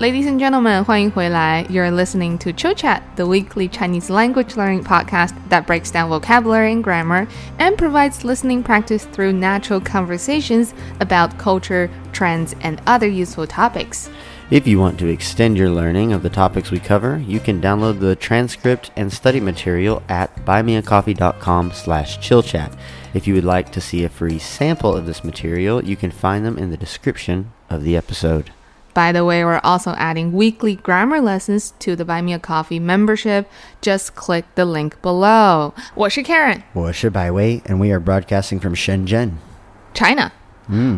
Ladies and gentlemen, 欢迎回来。You're listening to Chill Chat, the weekly Chinese language learning podcast that breaks down vocabulary and grammar and provides listening practice through natural conversations about culture, trends, and other useful topics. If you want to extend your learning of the topics we cover, you can download the transcript and study material at buymeacoffee.com slash chillchat. If you would like to see a free sample of this material, you can find them in the description of the episode. By the way, we're also adding weekly grammar lessons to the Buy Me a Coffee membership. Just click the link below. 我是 Karen, 我是百威, and we are broadcasting from Shenzhen. China.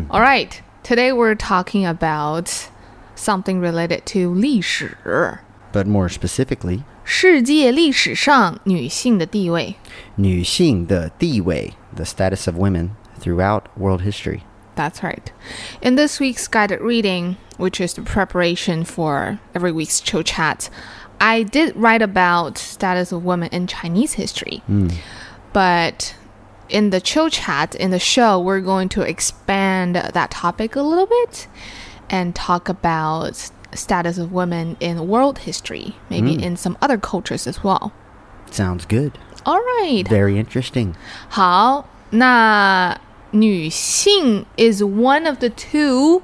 All right, today we're talking about something related to 历史。 But more specifically, 世界历史上女性的地位。女性的地位, the status of women throughout world history. That's right. In this week's guided reading, which is the preparation for every week's chill chat, I did write about status of women in Chinese history. But in the chill chat in the show, we're going to expand that topic a little bit and talk about status of women in world history, maybe in some other cultures as well. Sounds good. All right. Very interesting. 好，那女性 is one of the two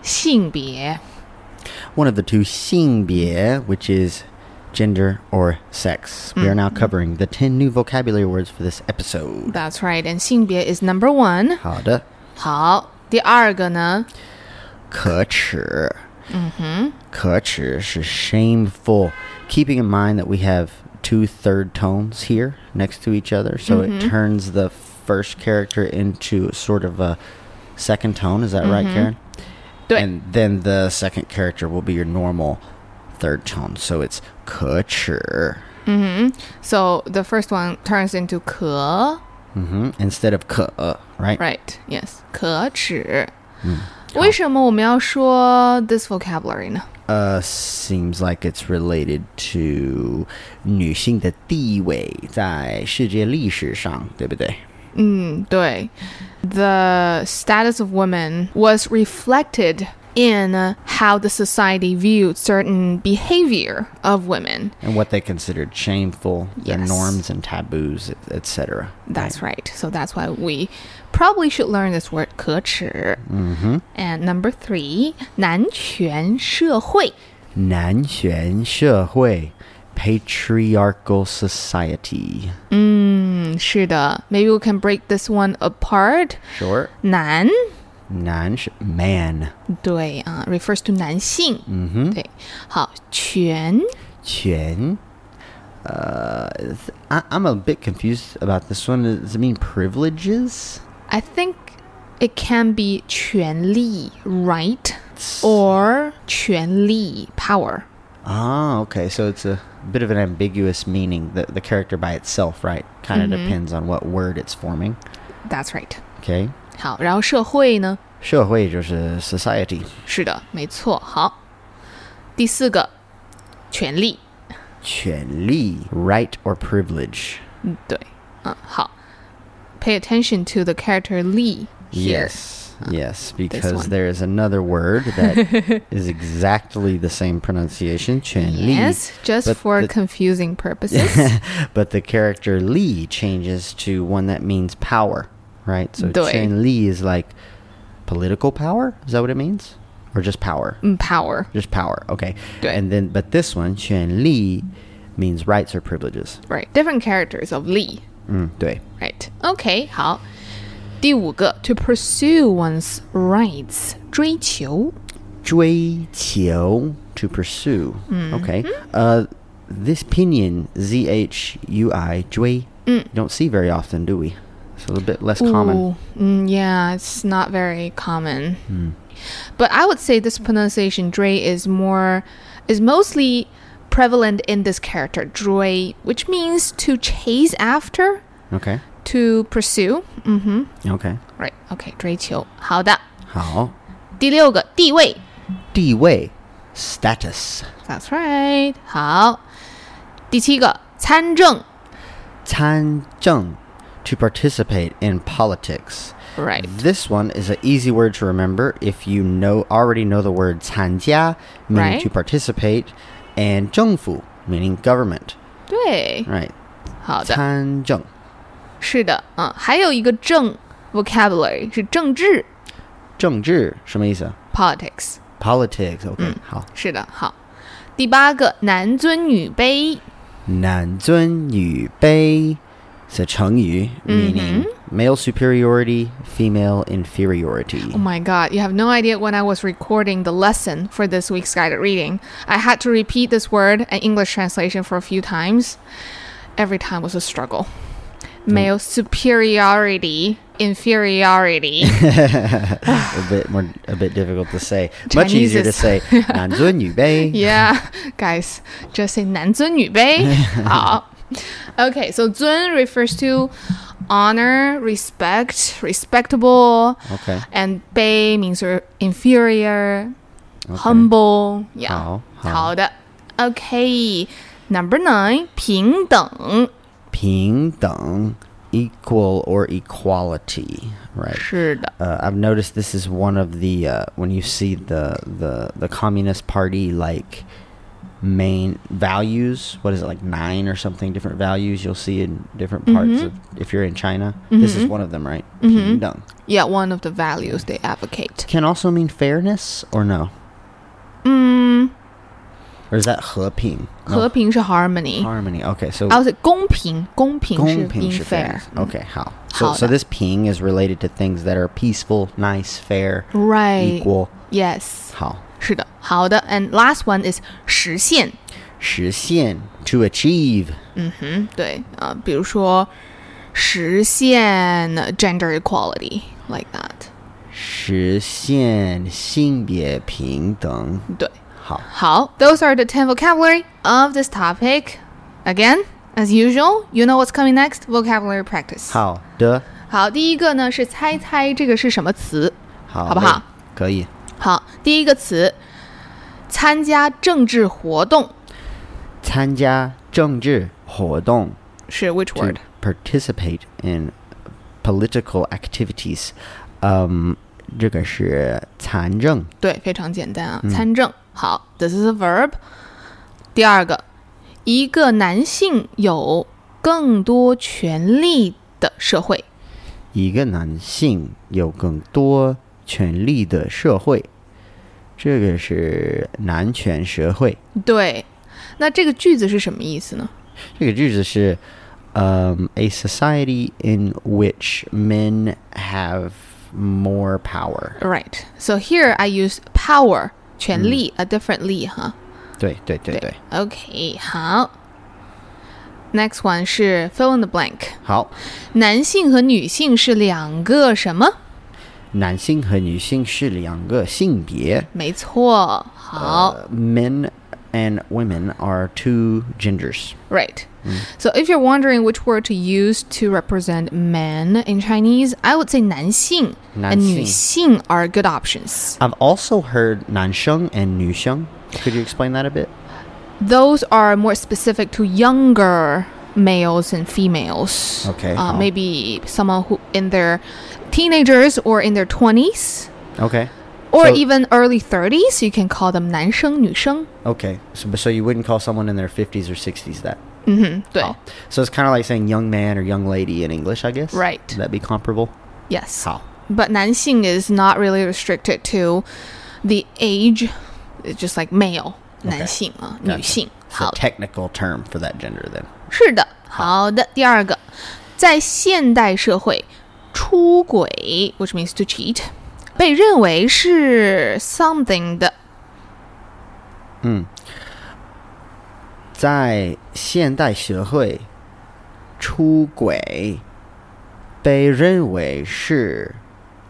性别。 One of the two 性别, which is gender or sex. We are now covering the 10 new vocabulary words for this episode. That's right, and 性别 is number one. 好的，好，第二个呢？可耻。可耻是 shameful. Keeping in mind that we have two third tones here next to each other, so it turns the first character into sort of a second tone. Is that right, Karen? 对。 And then the second character will be your normal third tone. So it's 可耻 So the first one turns into 可, hmm instead of 可, right? right? Yes, 可耻。为什么我们要说 this vocabulary 呢？ Uh, seems like it's related to 女性的地位在世界历史上，对不对？ The status of women was reflected in how the society viewed certain behavior of women. and what they considered shameful, their Yes. norms and taboos, etc. That's right. So that's why we probably should learn this word 可耻. Mm-hmm. And number three, 男权社会.男权社会 patriarchal society. 是的. Maybe we can break this one apart. Sure. 男男 man. 对啊、refers to 男性，嗯 Mm-hmm. 哼，对，好，权权 uh, th- I, I'm a bit confused about this one. Does it mean privileges? I think it can be 权利 right or 权利 power Ah, okay. So it's a bit of an ambiguous meaning. The, the character by itself, right? Kind Mm-hmm. of depends on what word it's forming. that's right Okay. 好，然后社会呢？社会就是 society. 是的，没错。好，第四个，权利，权利 right or privilege. 嗯，对，嗯，好，pay attention to the character Lee here. Yes. Yes, because one. there is another word that is exactly the same pronunciation, Chen Li. Yes, just but for the- confusing purposes. but the character Li changes to one that means power, right? So 对。 Chen Li is like political power? Is that what it means? Or just power? Mm, power, Just power, okay. 对。 And then, but this one, Chen Li, means rights or privileges. Mm, right? Different characters of Lee. 嗯，对。 Right. Okay. 好。第五个，to pursue one's rights，追求。追求 to pursue. Okay. Uh, this pinyin z h u i 追 don't see very often, do we? It's a little bit less common. Ooh, mm, yeah, it's not very common. But I would say this pronunciation "dre" is more is mostly prevalent in this character "dre," which means to chase after, Okay. to pursue. 嗯哼 Okay. Right. Okay. 追求。好的。好，第六个地位。地位 status. That's right. 好。第七个参政参政, to participate in politics. right This one is an easy word to remember if you know already know the word 参加, meaning Right. to participate, and 政府, meaning government. 对 Right. 好的参政,是的啊、嗯 uh, 还有一个政 vocabulary 是政治政治,什么意思? politics Politics. Okay. 是的好第八个男尊女卑好。男尊女卑是成语, meaning male superiority, female inferiority. Oh my god, you have no idea when I was recording the lesson for this week's guided reading. I had to repeat this word and English translation for a few times. Every time was a struggle. Male superiority, inferiority. a bit more a bit difficult to say. Much Chinese easier to is- say 男尊女卑. yeah, guys, just say 男尊女卑。好。Okay, so 尊 refers to honor, respect, respectable, Okay. and 卑 means you're inferior, Okay. humble. Yeah. 好，好。好的。Okay, number nine, 平等。平等, equal or equality, right? 是的。 Uh, I've noticed this is one of the uh, when you see the the the Communist Party like main values. What is it like nine or something? Different values you'll see in different parts Mm-hmm. of if you're in China. This is one of them, right? Pingdong Yeah, one of the values they advocate. can also mean fairness or no, 嗯， or is that 和平? No, 和平是 harmony. harmony. Okay, so I was like 公平，公平是公平 being 是 fair. Mm-hmm. fairness. Okay, how? So 好的。 so this ping is related to things that are peaceful, nice, fair, Right. equal. Yes. 好。是的，好的。And last one is 实现。实现 to achieve 对，呃，比如说实现 gender equality like that. 实现性别平等。好 those are the 10 vocabulary of this topic. Again, as usual, you know what's coming next? Vocabulary practice. 好好的，好，好，第一个呢是猜猜这个是什么词，好不好？好，第一个词，参加政治活动是可以参加政治活动 which to word? participate in political activities. Um, 这个是参政，对，非常简单啊，参政。好，this is a verb。第二个，一个男性有更多权利的社会，一个男性有更多权利的社会，这个是男权社会。对。那这个句子是什么意思呢？这个句子是，um, a society in which men have more power。 Right. So here I use power 权力、a different 力哈。对对对对， OK，好。Next one 是 fill in the blank，好，男性和女性是两个什么？男性和女性是两个性别。没错，好。呃 men and women are two genders。 Right. So if you're wondering which word to use to represent men in Chinese, I would say 男性 and 男性。女性 are good options. I've also heard 男生 and 女生。Could you explain that a bit? Those are more specific to younger males and females. Okay, uh-huh. Uh, 好。 maybe someone who in their teenagers or in their 20s Okay. or So- even early 30s, you can call them 男生女生. Okay. So, so you wouldn't call someone in their 50s or 60s that. Hmm, 对。 So it's kind of like saying young man or young lady in English, I guess. Right. Would that be comparable? Yes. 好。 But 男性 is not really restricted to the age, it's just like male. uh, 男性啊， Gotcha. 女性。 It's a 好， technical term for that gender then. 是的，好的。第二个，在现代社会，出轨，which means to cheat，被认为是 something 的在现代社会，出轨被认为是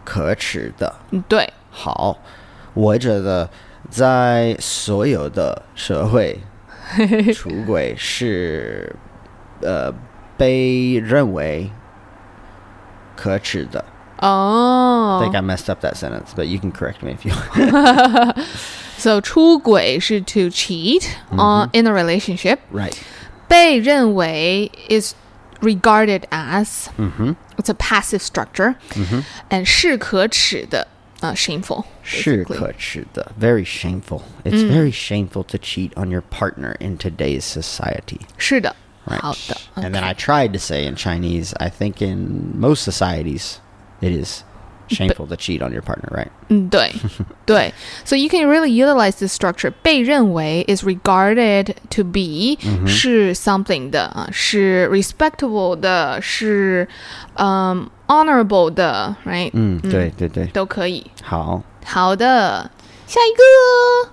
可耻的。好，我觉得在所有的社会，嗯对，出轨是呃被认为可耻的。I 哦 think I messed up that sentence, but you can correct me if you want. ，so 出轨是 to cheat on in a relationship， right. 被认为 is regarded as it's a passive structure and 是可耻的呃 shameful basically. 是可耻的. Very shameful. It's very shameful to cheat on your partner in today's society. 是的 Right. 好的 And then OK I tried to say in Chinese, I think in most societies, it is shameful to cheat on your partner, right? 嗯， 对，对，so you can really utilize this structure。被认为 is regarded to be、是 something 的啊，是 respectable 的，是嗯、honorable 的，right？ Mm, 对,对,对.都可以。好,好的，下一个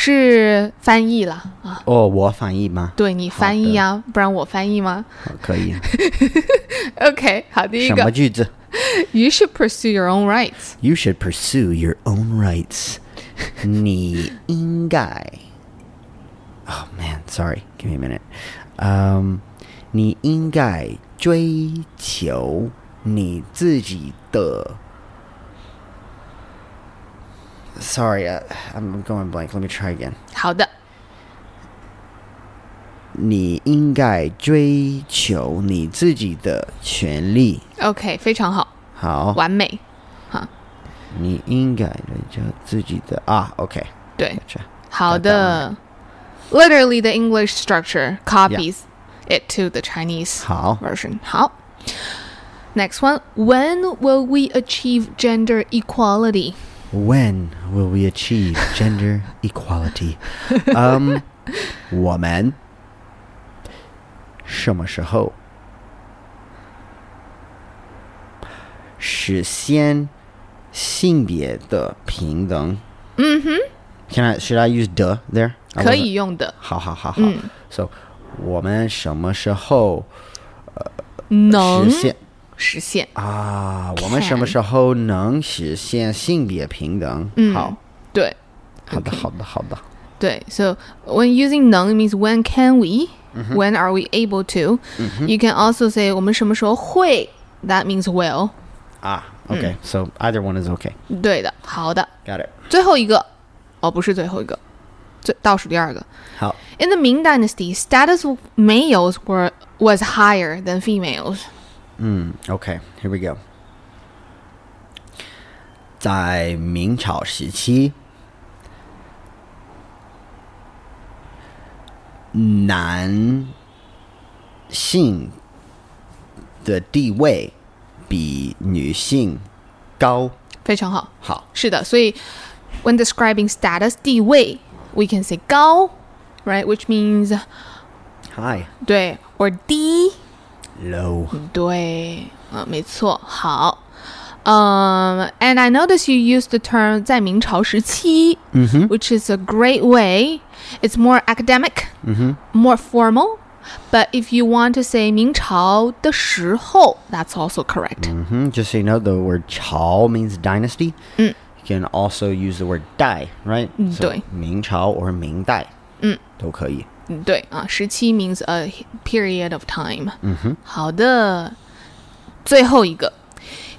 是翻译了啊，哦，我翻译吗？哦对你翻译啊，不然我翻译吗好，可以。 ？OK，好，第一个什么句子？ ，You should pursue your own rights。 You should pursue your own rights. 你应该. Oh man, sorry. Give me a minute. Um, 你应该追求你自己的. Sorry, I, I'm going blank. Let me try again. 好的，你应该追求你自己的权利。好， ，OK，非常好，完美，哈，你应该追求自己的啊。Okay, 对。 gotcha. 好得到了。的，literally the English structure copies it to the Chinese 好 version. 好，next one. When will we achieve gender equality? When will we achieve gender equality? Um, 我们什么时候实现性别的平等？嗯哼。Can I should I use the there? I 可 wasn't- 以用的，好好好好。So 我们什么时候能实现实现。啊？我们什么 Can 时候能实现性别平等？好。对好的，好的，好的。对，so when using 能 it means when can we? When are we able to? You can also say 我们什么时候会？That means will. Ah, okay. So either one is okay. 对的，好的， Got it. 最后一个，哦，不是最后一个，最倒数第二个。 How? In the Ming Dynasty, status of males were was higher than females. Mm, okay. Here we go. 在明朝时期，男性的地位比女性高。好，非常好。是的，所以 when describing status 地位, we can say 高, right, which means high, 对 or D low. 对，啊，没错，好。Um, and I notice you use the term 在明朝时期, which is a great way. It's more academic, more formal. But if you want to say 明朝的时候, that's also correct. hmm Just so you know, the word "chao" means dynasty. You can also use the word "dai," right? So, 对。 Ming Chao or Ming Dai. 都可以。对啊，时期 means a period of time. 好的，最后一个。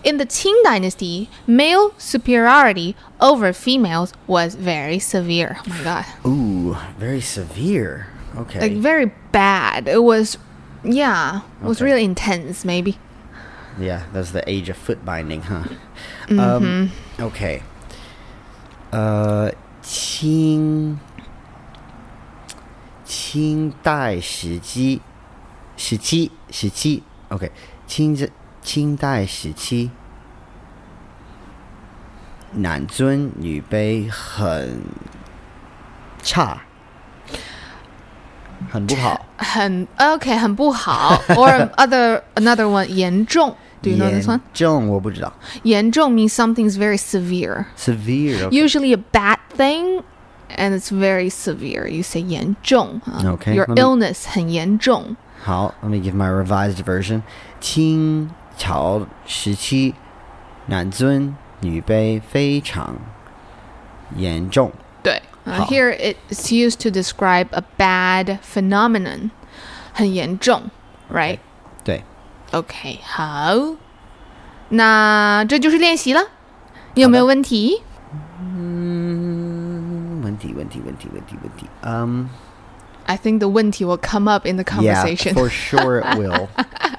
In the Qing dynasty, male superiority over females was very severe. Oh my god. Ooh, very severe. Okay. Like very bad. It was yeah, it was Okay. really intense maybe. yeah, that's the age of foot binding, huh? Um, Mm-hmm. okay. Uh, 清-清代时期-时期-时期- okay. 清代-清代时期男尊女卑很差，很不好。很 okay, 很不好 or other another one 严重. Do you know this one? 严重我不知道严重 means something's very severe. ，severe okay. usually a bad thing and it's very severe. You say 严重. uh, Okay, Your let me- illness 很严重.好，let me give my revised version。清朝时期，男尊女卑非常严重。对, uh, 好。 here it's used to describe a bad phenomenon. 很严重, right? 对， OK，好，那这就是练习了。你有没有问题？嗯，问题问题问题问题问题，嗯， I think the 问题 will come up in the conversation. Yeah, for sure it will.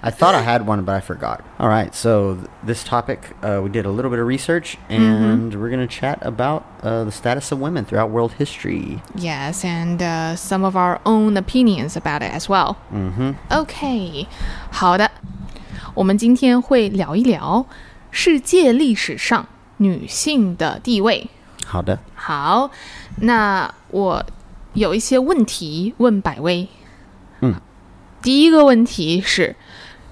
I thought I had one, but I forgot. All right, so th- this topic, uh, we did a little bit of research, and we're going to chat about uh, the status of women throughout world history. Yes, and uh, some of our own opinions about it as well. Mm-hmm. OK，好的，我们今天会聊一聊世界历史上女性的地位。好的。好，那我有一些问题问百威。嗯，第一个问题是，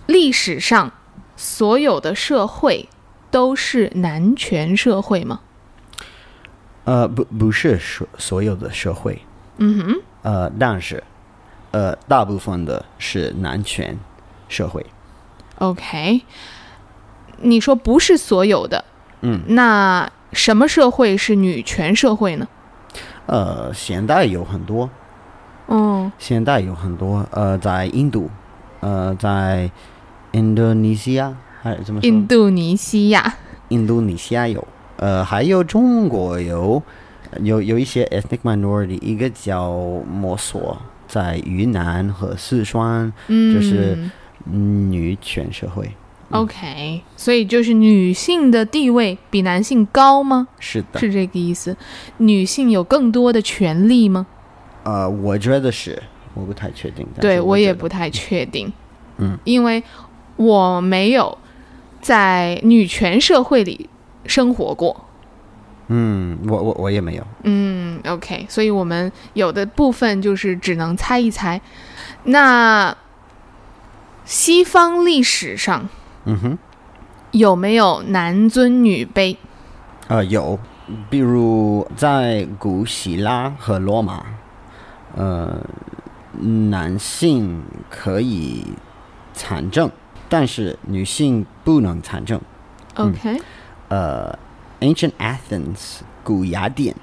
历史上所有的社会都是男权社会吗？呃，不不是所所有的社会，嗯呃，但是，呃，大部分的是男权社会。哼，OK。你说不是所有的，嗯，那什么社会是女权社会呢？呃，现代有很多，嗯现代有很多，呃，在印度，呃，在印度尼西亚还是怎么说？印度尼西亚，印度尼西亚有，呃，还有中国有，有有一些 ethnic minority，一个叫摩梭，在云南和四川嗯，就是女权社会。 OK，所以就是女性的地位比男性高吗？是的，是这个意思？女性有更多的权利吗？呃，我觉得是，我不太确定。但对是我也觉得不太确定，嗯，因为我没有在女权社会里生活过。嗯，我我我也没有。嗯，OK，所以我们有的部分就是只能猜一猜。那西方历史上嗯哼，有没有男尊女卑？呃，有，比如在古希腊和罗马，呃，男性可以参政，但是女性不能参政。嗯 OK，呃，Ancient Athens，古雅典，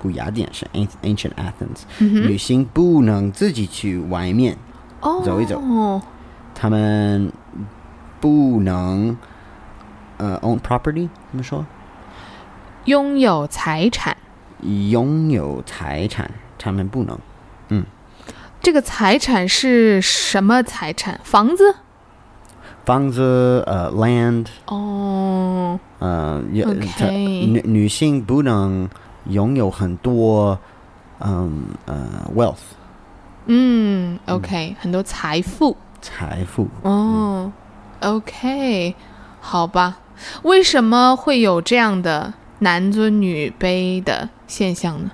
古雅典是 an- Ancient Athens，、嗯哼，女性不能自己去外面哦，走一走他们不能呃 own property，怎么说？拥有财产，拥有财产，他们不能。这个财产是什么财产？房子？房子呃 land 哦嗯呃也她，OK，女女性不能拥有很多嗯呃 wealth 嗯，OK，很多财富财富。哦，OK，好吧，为什么会有这样的男尊女卑的现象呢？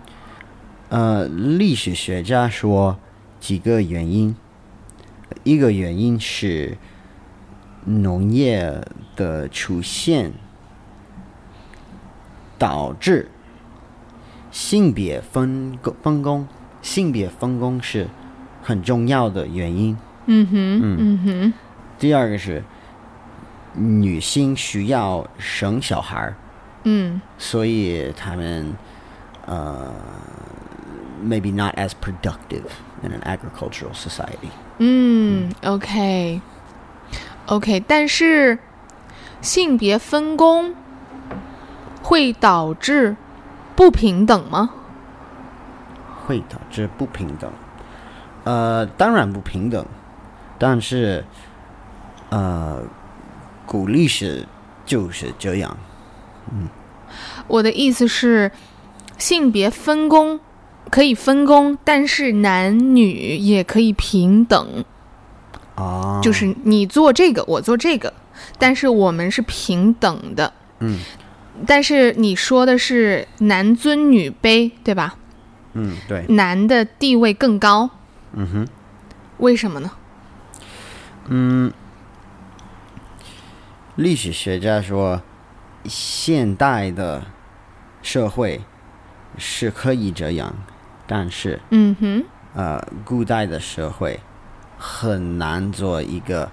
呃，历史学家说几个原因，一个原因是农业的出现导致性别分工分工，性别分工是很重要的原因。嗯哼，嗯第二个是女性需要生小孩儿，哼，嗯所以他们呃 maybe not as productive in an agricultural society。嗯，OK，OK，但是性别分工会导致不平等吗？会导致不平等。呃，当然不平等，但是呃，鼓励是就是这样。我的意思是，性别分工可以分工，但是男女也可以平等，哦，就是你做这个，我做这个，但是我们是平等的。嗯，但是你说的是男尊女卑，对吧？嗯，对，男的地位更高，嗯哼，为什么呢？嗯，历史学家说，现代的社会是可以这样，但是嗯哼，呃，古代的社会很难做一个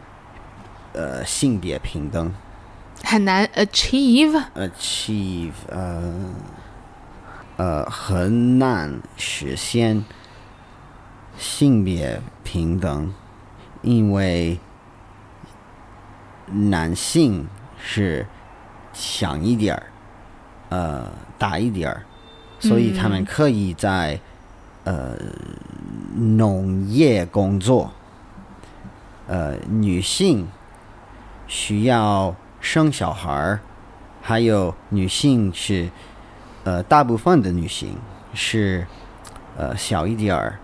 呃性别平等很难 achieve。啊，achieve 呃呃很难实现性别平等，因为男性是强一点儿，呃大一点儿，所以他们可以在、呃农业工作，呃，女性需要生小孩儿，还有女性是，呃，大部分的女性是，呃，小一点儿，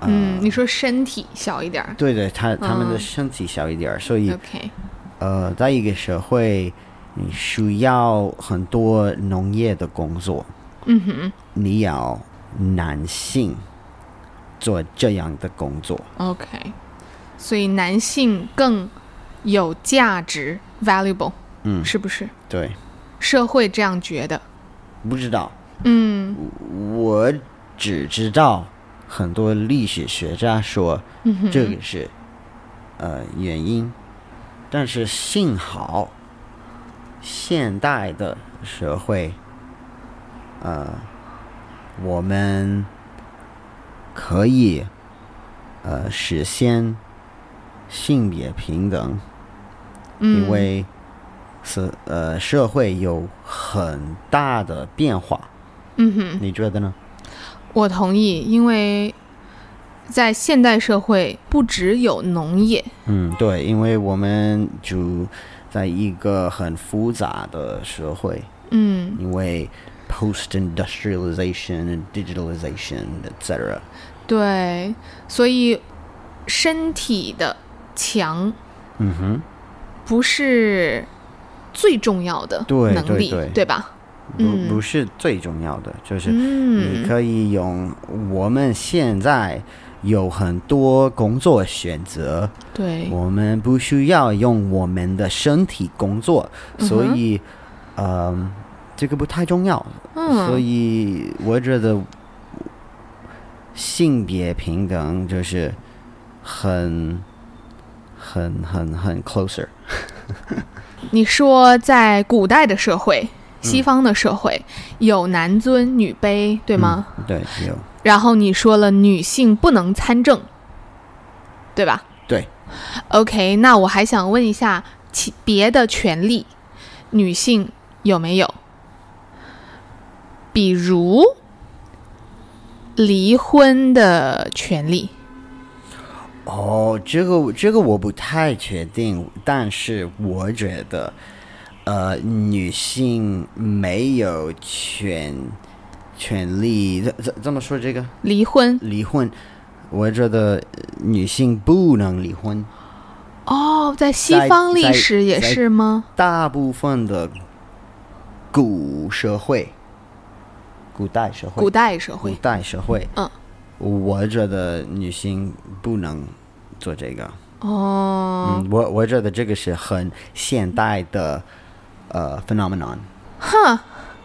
呃、嗯，你说身体小一点儿对对，她她们的嗯身体小一点儿，所以，OK，呃，在一个社会，你需要很多农业的工作。嗯哼，你要男性做这样的工作， OK，所以男性更有价值，valuable，嗯是不是？对，社会这样觉得，不知道，嗯我只知道很多历史学家说嗯哼，这个是、呃原因，但是幸好现代的社会，呃，我们可以呃实现性别平等，嗯因为是呃社会有很大的变化，嗯哼，你觉得呢？我同意，因为在现代社会，不只有农业，嗯，对，因为我们就在一个很复杂的社会，嗯，因为 post industrialization and digitalization etc. 对，所以身体的强嗯哼，不是最重要的对能对力，对吧？嗯不不是最重要的，就是你嗯可以用我们现在有很多工作选择，对，我们不需要用我们的身体工作，所嗯哼以，嗯、这个不太重要。嗯，所以我觉得性别平等就是很、很、很、很 closer。你说在古代的社会，嗯西方的社会、有男尊女卑，对吗？嗯对，有然后你说了女性不能参政，对吧对， ？OK，那我还想问一下，其别的权利，女性有没有？比如离婚的权利，哦，这个这个我不太确定，但是我觉得，呃，女性没有权权利，这这这么说这个离婚离婚，我觉得呃女性不能离婚。哦，在西在方历在史也在是吗？大部分的古社会、古代社会、古代社古会，代社会，嗯，我觉得女性不能做这个。哦，嗯，我我觉得这个是很现代的呃 phenomenon。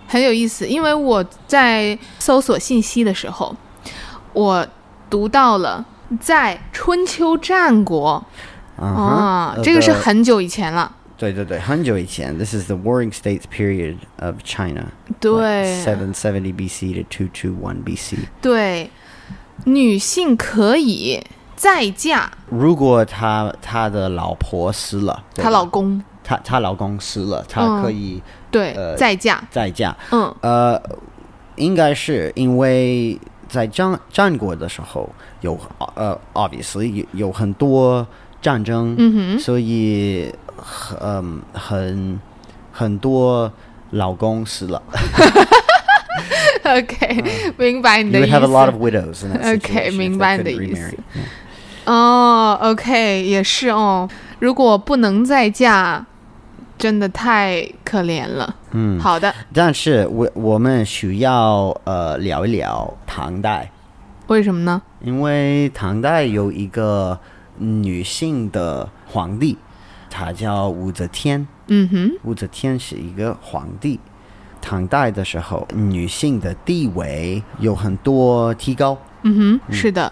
很有意思，因为我在搜索信息的时候，我读到了在春秋战国嗯哼啊呃，这个是 the- 很久以前了，对对对，很久以前。This is the Warring States period of China, 对、 seven seventy BC to two two one BC. 对，女性可以再嫁如果她她的老婆死了，对她吧老公，她她老公死了，她嗯可以对，呃再嫁，再嫁。嗯呃，应该是因为在战战国的时候有呃，obviously 有有很多战争，嗯哼，所以很、嗯很很多老公死了。 OK，、明白你嗯的 You would 意思 have a。lot of widows in that Okay， situation if they 明白你的 couldn't 意思 remarry. 哦，OK，也是哦。如果不能再嫁，真的太可怜了。嗯，好的。但是我我们需要呃聊一聊唐代，为什么呢？因为唐代有一个女性的皇帝，她叫武则天。嗯哼，武则天是一个皇帝。唐代的时候，女性的地位有很多提高。嗯哼，是的，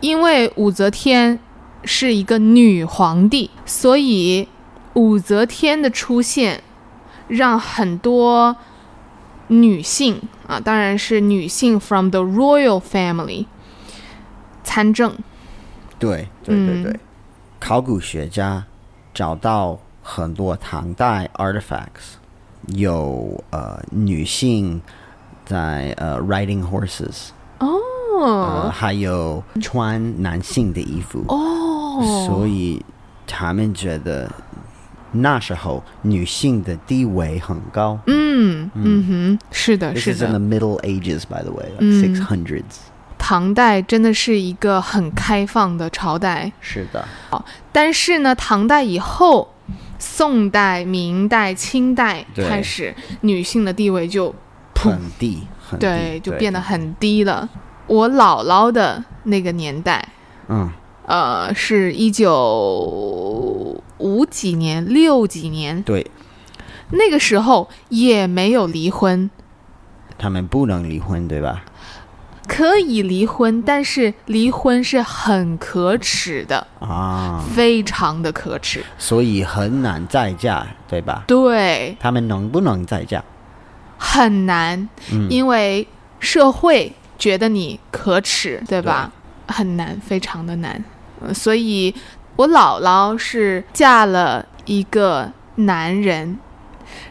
因为武则天是一个女皇帝，所以武则天的出现让很多女性啊，当然是女性 from the royal family 参政。对，对对嗯对。考古学家找到很多唐代 artifacts，有呃女性在呃 riding horses，呃，还有穿男性的衣服，哦所以他们觉得那时候女性的地位很高。嗯嗯哼，是的， This 是 is in 的，the Middle Ages, by the way, like 嗯 600s. 唐代真的是一个很开放的朝代，是的，但是呢，唐代以后，宋代、明代、清代对开始，女性的地位就很低，很低对就变得很低了。我姥姥的那个年代，嗯呃，是一九五几年、六几年，对，那个时候也没有离婚，他们不能离婚，对吧？可以离婚，但是离婚是很可耻的，啊，非常的可耻。所以很难再嫁，对吧？对，他们能不能再嫁？很难，嗯因为社会觉得你可耻，对吧？很难，非常的难。呃所以我姥姥是嫁了一个男人，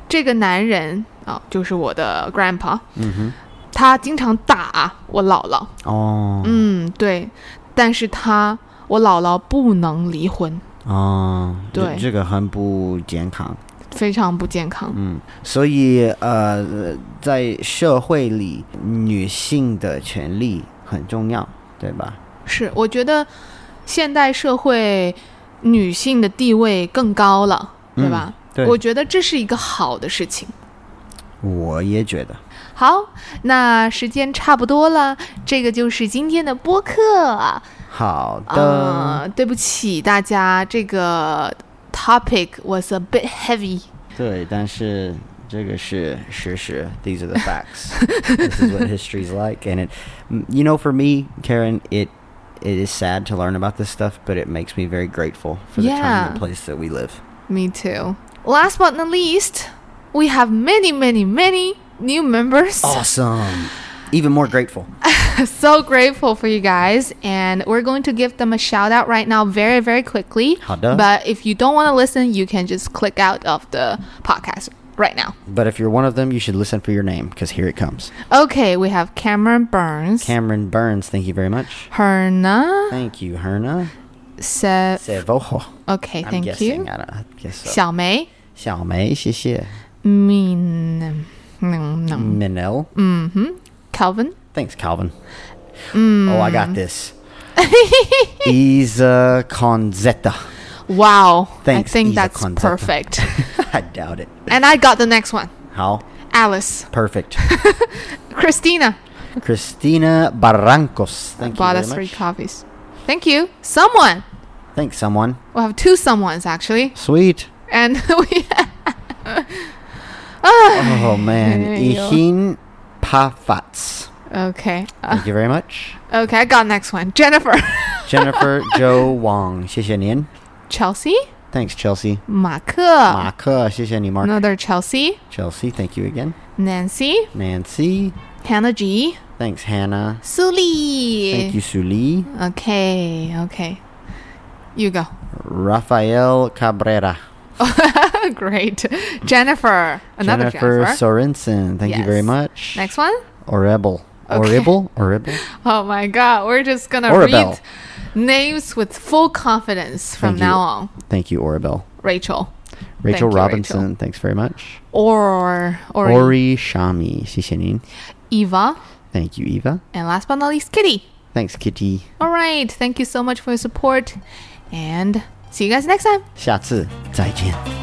这个男人啊、就是我的 grandpa，嗯哼，他经常打我姥姥。哦，嗯，对，但是他我姥姥不能离婚，哦，这嗯对这个很不健康。非常不健康。嗯，所以呃，在社会里，女性的权利很重要，对吧？是，我觉得现代社会女性的地位更高了，对吧？对，我觉得这是一个好的事情。我也觉得。好，那时间差不多了，这个就是今天的播客。啊好的，呃，对不起大家，这个 topic was a bit heavy。对，但是这个是事实。These are the facts. this is what history's like, and it, mm, you know, for me, Karen, it it is sad to learn about this stuff, but it makes me very grateful for the time Yeah. and place that we live. Me too. Last but not least, we have many, many, many new members. Awesome. Even more grateful. so grateful for you guys. And we're going to give them a shout out right now, very, very quickly. 好的。 But if you don't want to listen, you can just click out of the podcast right now. But if you're one of them, you should listen for your name because here it comes. Okay, we have Cameron Burns, Cameron Burns, thank you very much. Herna, Thank you, Herna. Se. Sevoho. Okay, I'm thank guessing. you. I, don't, I guess so. 小梅,小梅，谢谢。 Min, no, no. Minel. Mm. Calvin, Thanks, Calvin. Mm. Oh, I got this. Isa Conzetta. wow. I Thanks, think Eva that's Conzetta. perfect. I doubt it. and I got the next one. How? Alice, Perfect. Christina, Christina Barrancos. Thank bought you us very three much. coffees. Thank you. Someone. Thanks, someone. We'll have two someones actually, Sweet. and we Ah. Oh, man. There you go. Ihin Pafats. okay, uh, Thank you very much. okay. I got next one. Jennifer, Jennifer Joe Wong. 谢谢您. Chelsea, Thanks, Chelsea. 马克, Maka. 谢谢你, Mark. another Chelsea, Chelsea, thank you again. Nancy, Nancy. Hannah G, Thanks, Hannah. Thank Suli. you, Suli. Okay, okay. You go. Rafael Cabrera. Great, Jennifer. Another Jennifer, Jennifer. Sorensen. Thank you very Yes. much. next one. Oribel. Okay. Oribel? Oribel? Oh my God, we're just gonna Orabelle. read names with full confidence from Thank you. now on. Thank you, Oribel. Rachel. Rachel Thank you, Robinson. Thanks very much. Or or Ori Shami. Sishanin. Eva. Thank you, Eva. And last but not least, Kitty. Thanks, Kitty. All right. Thank you so much for your support. And see you guys next time. 下次再见。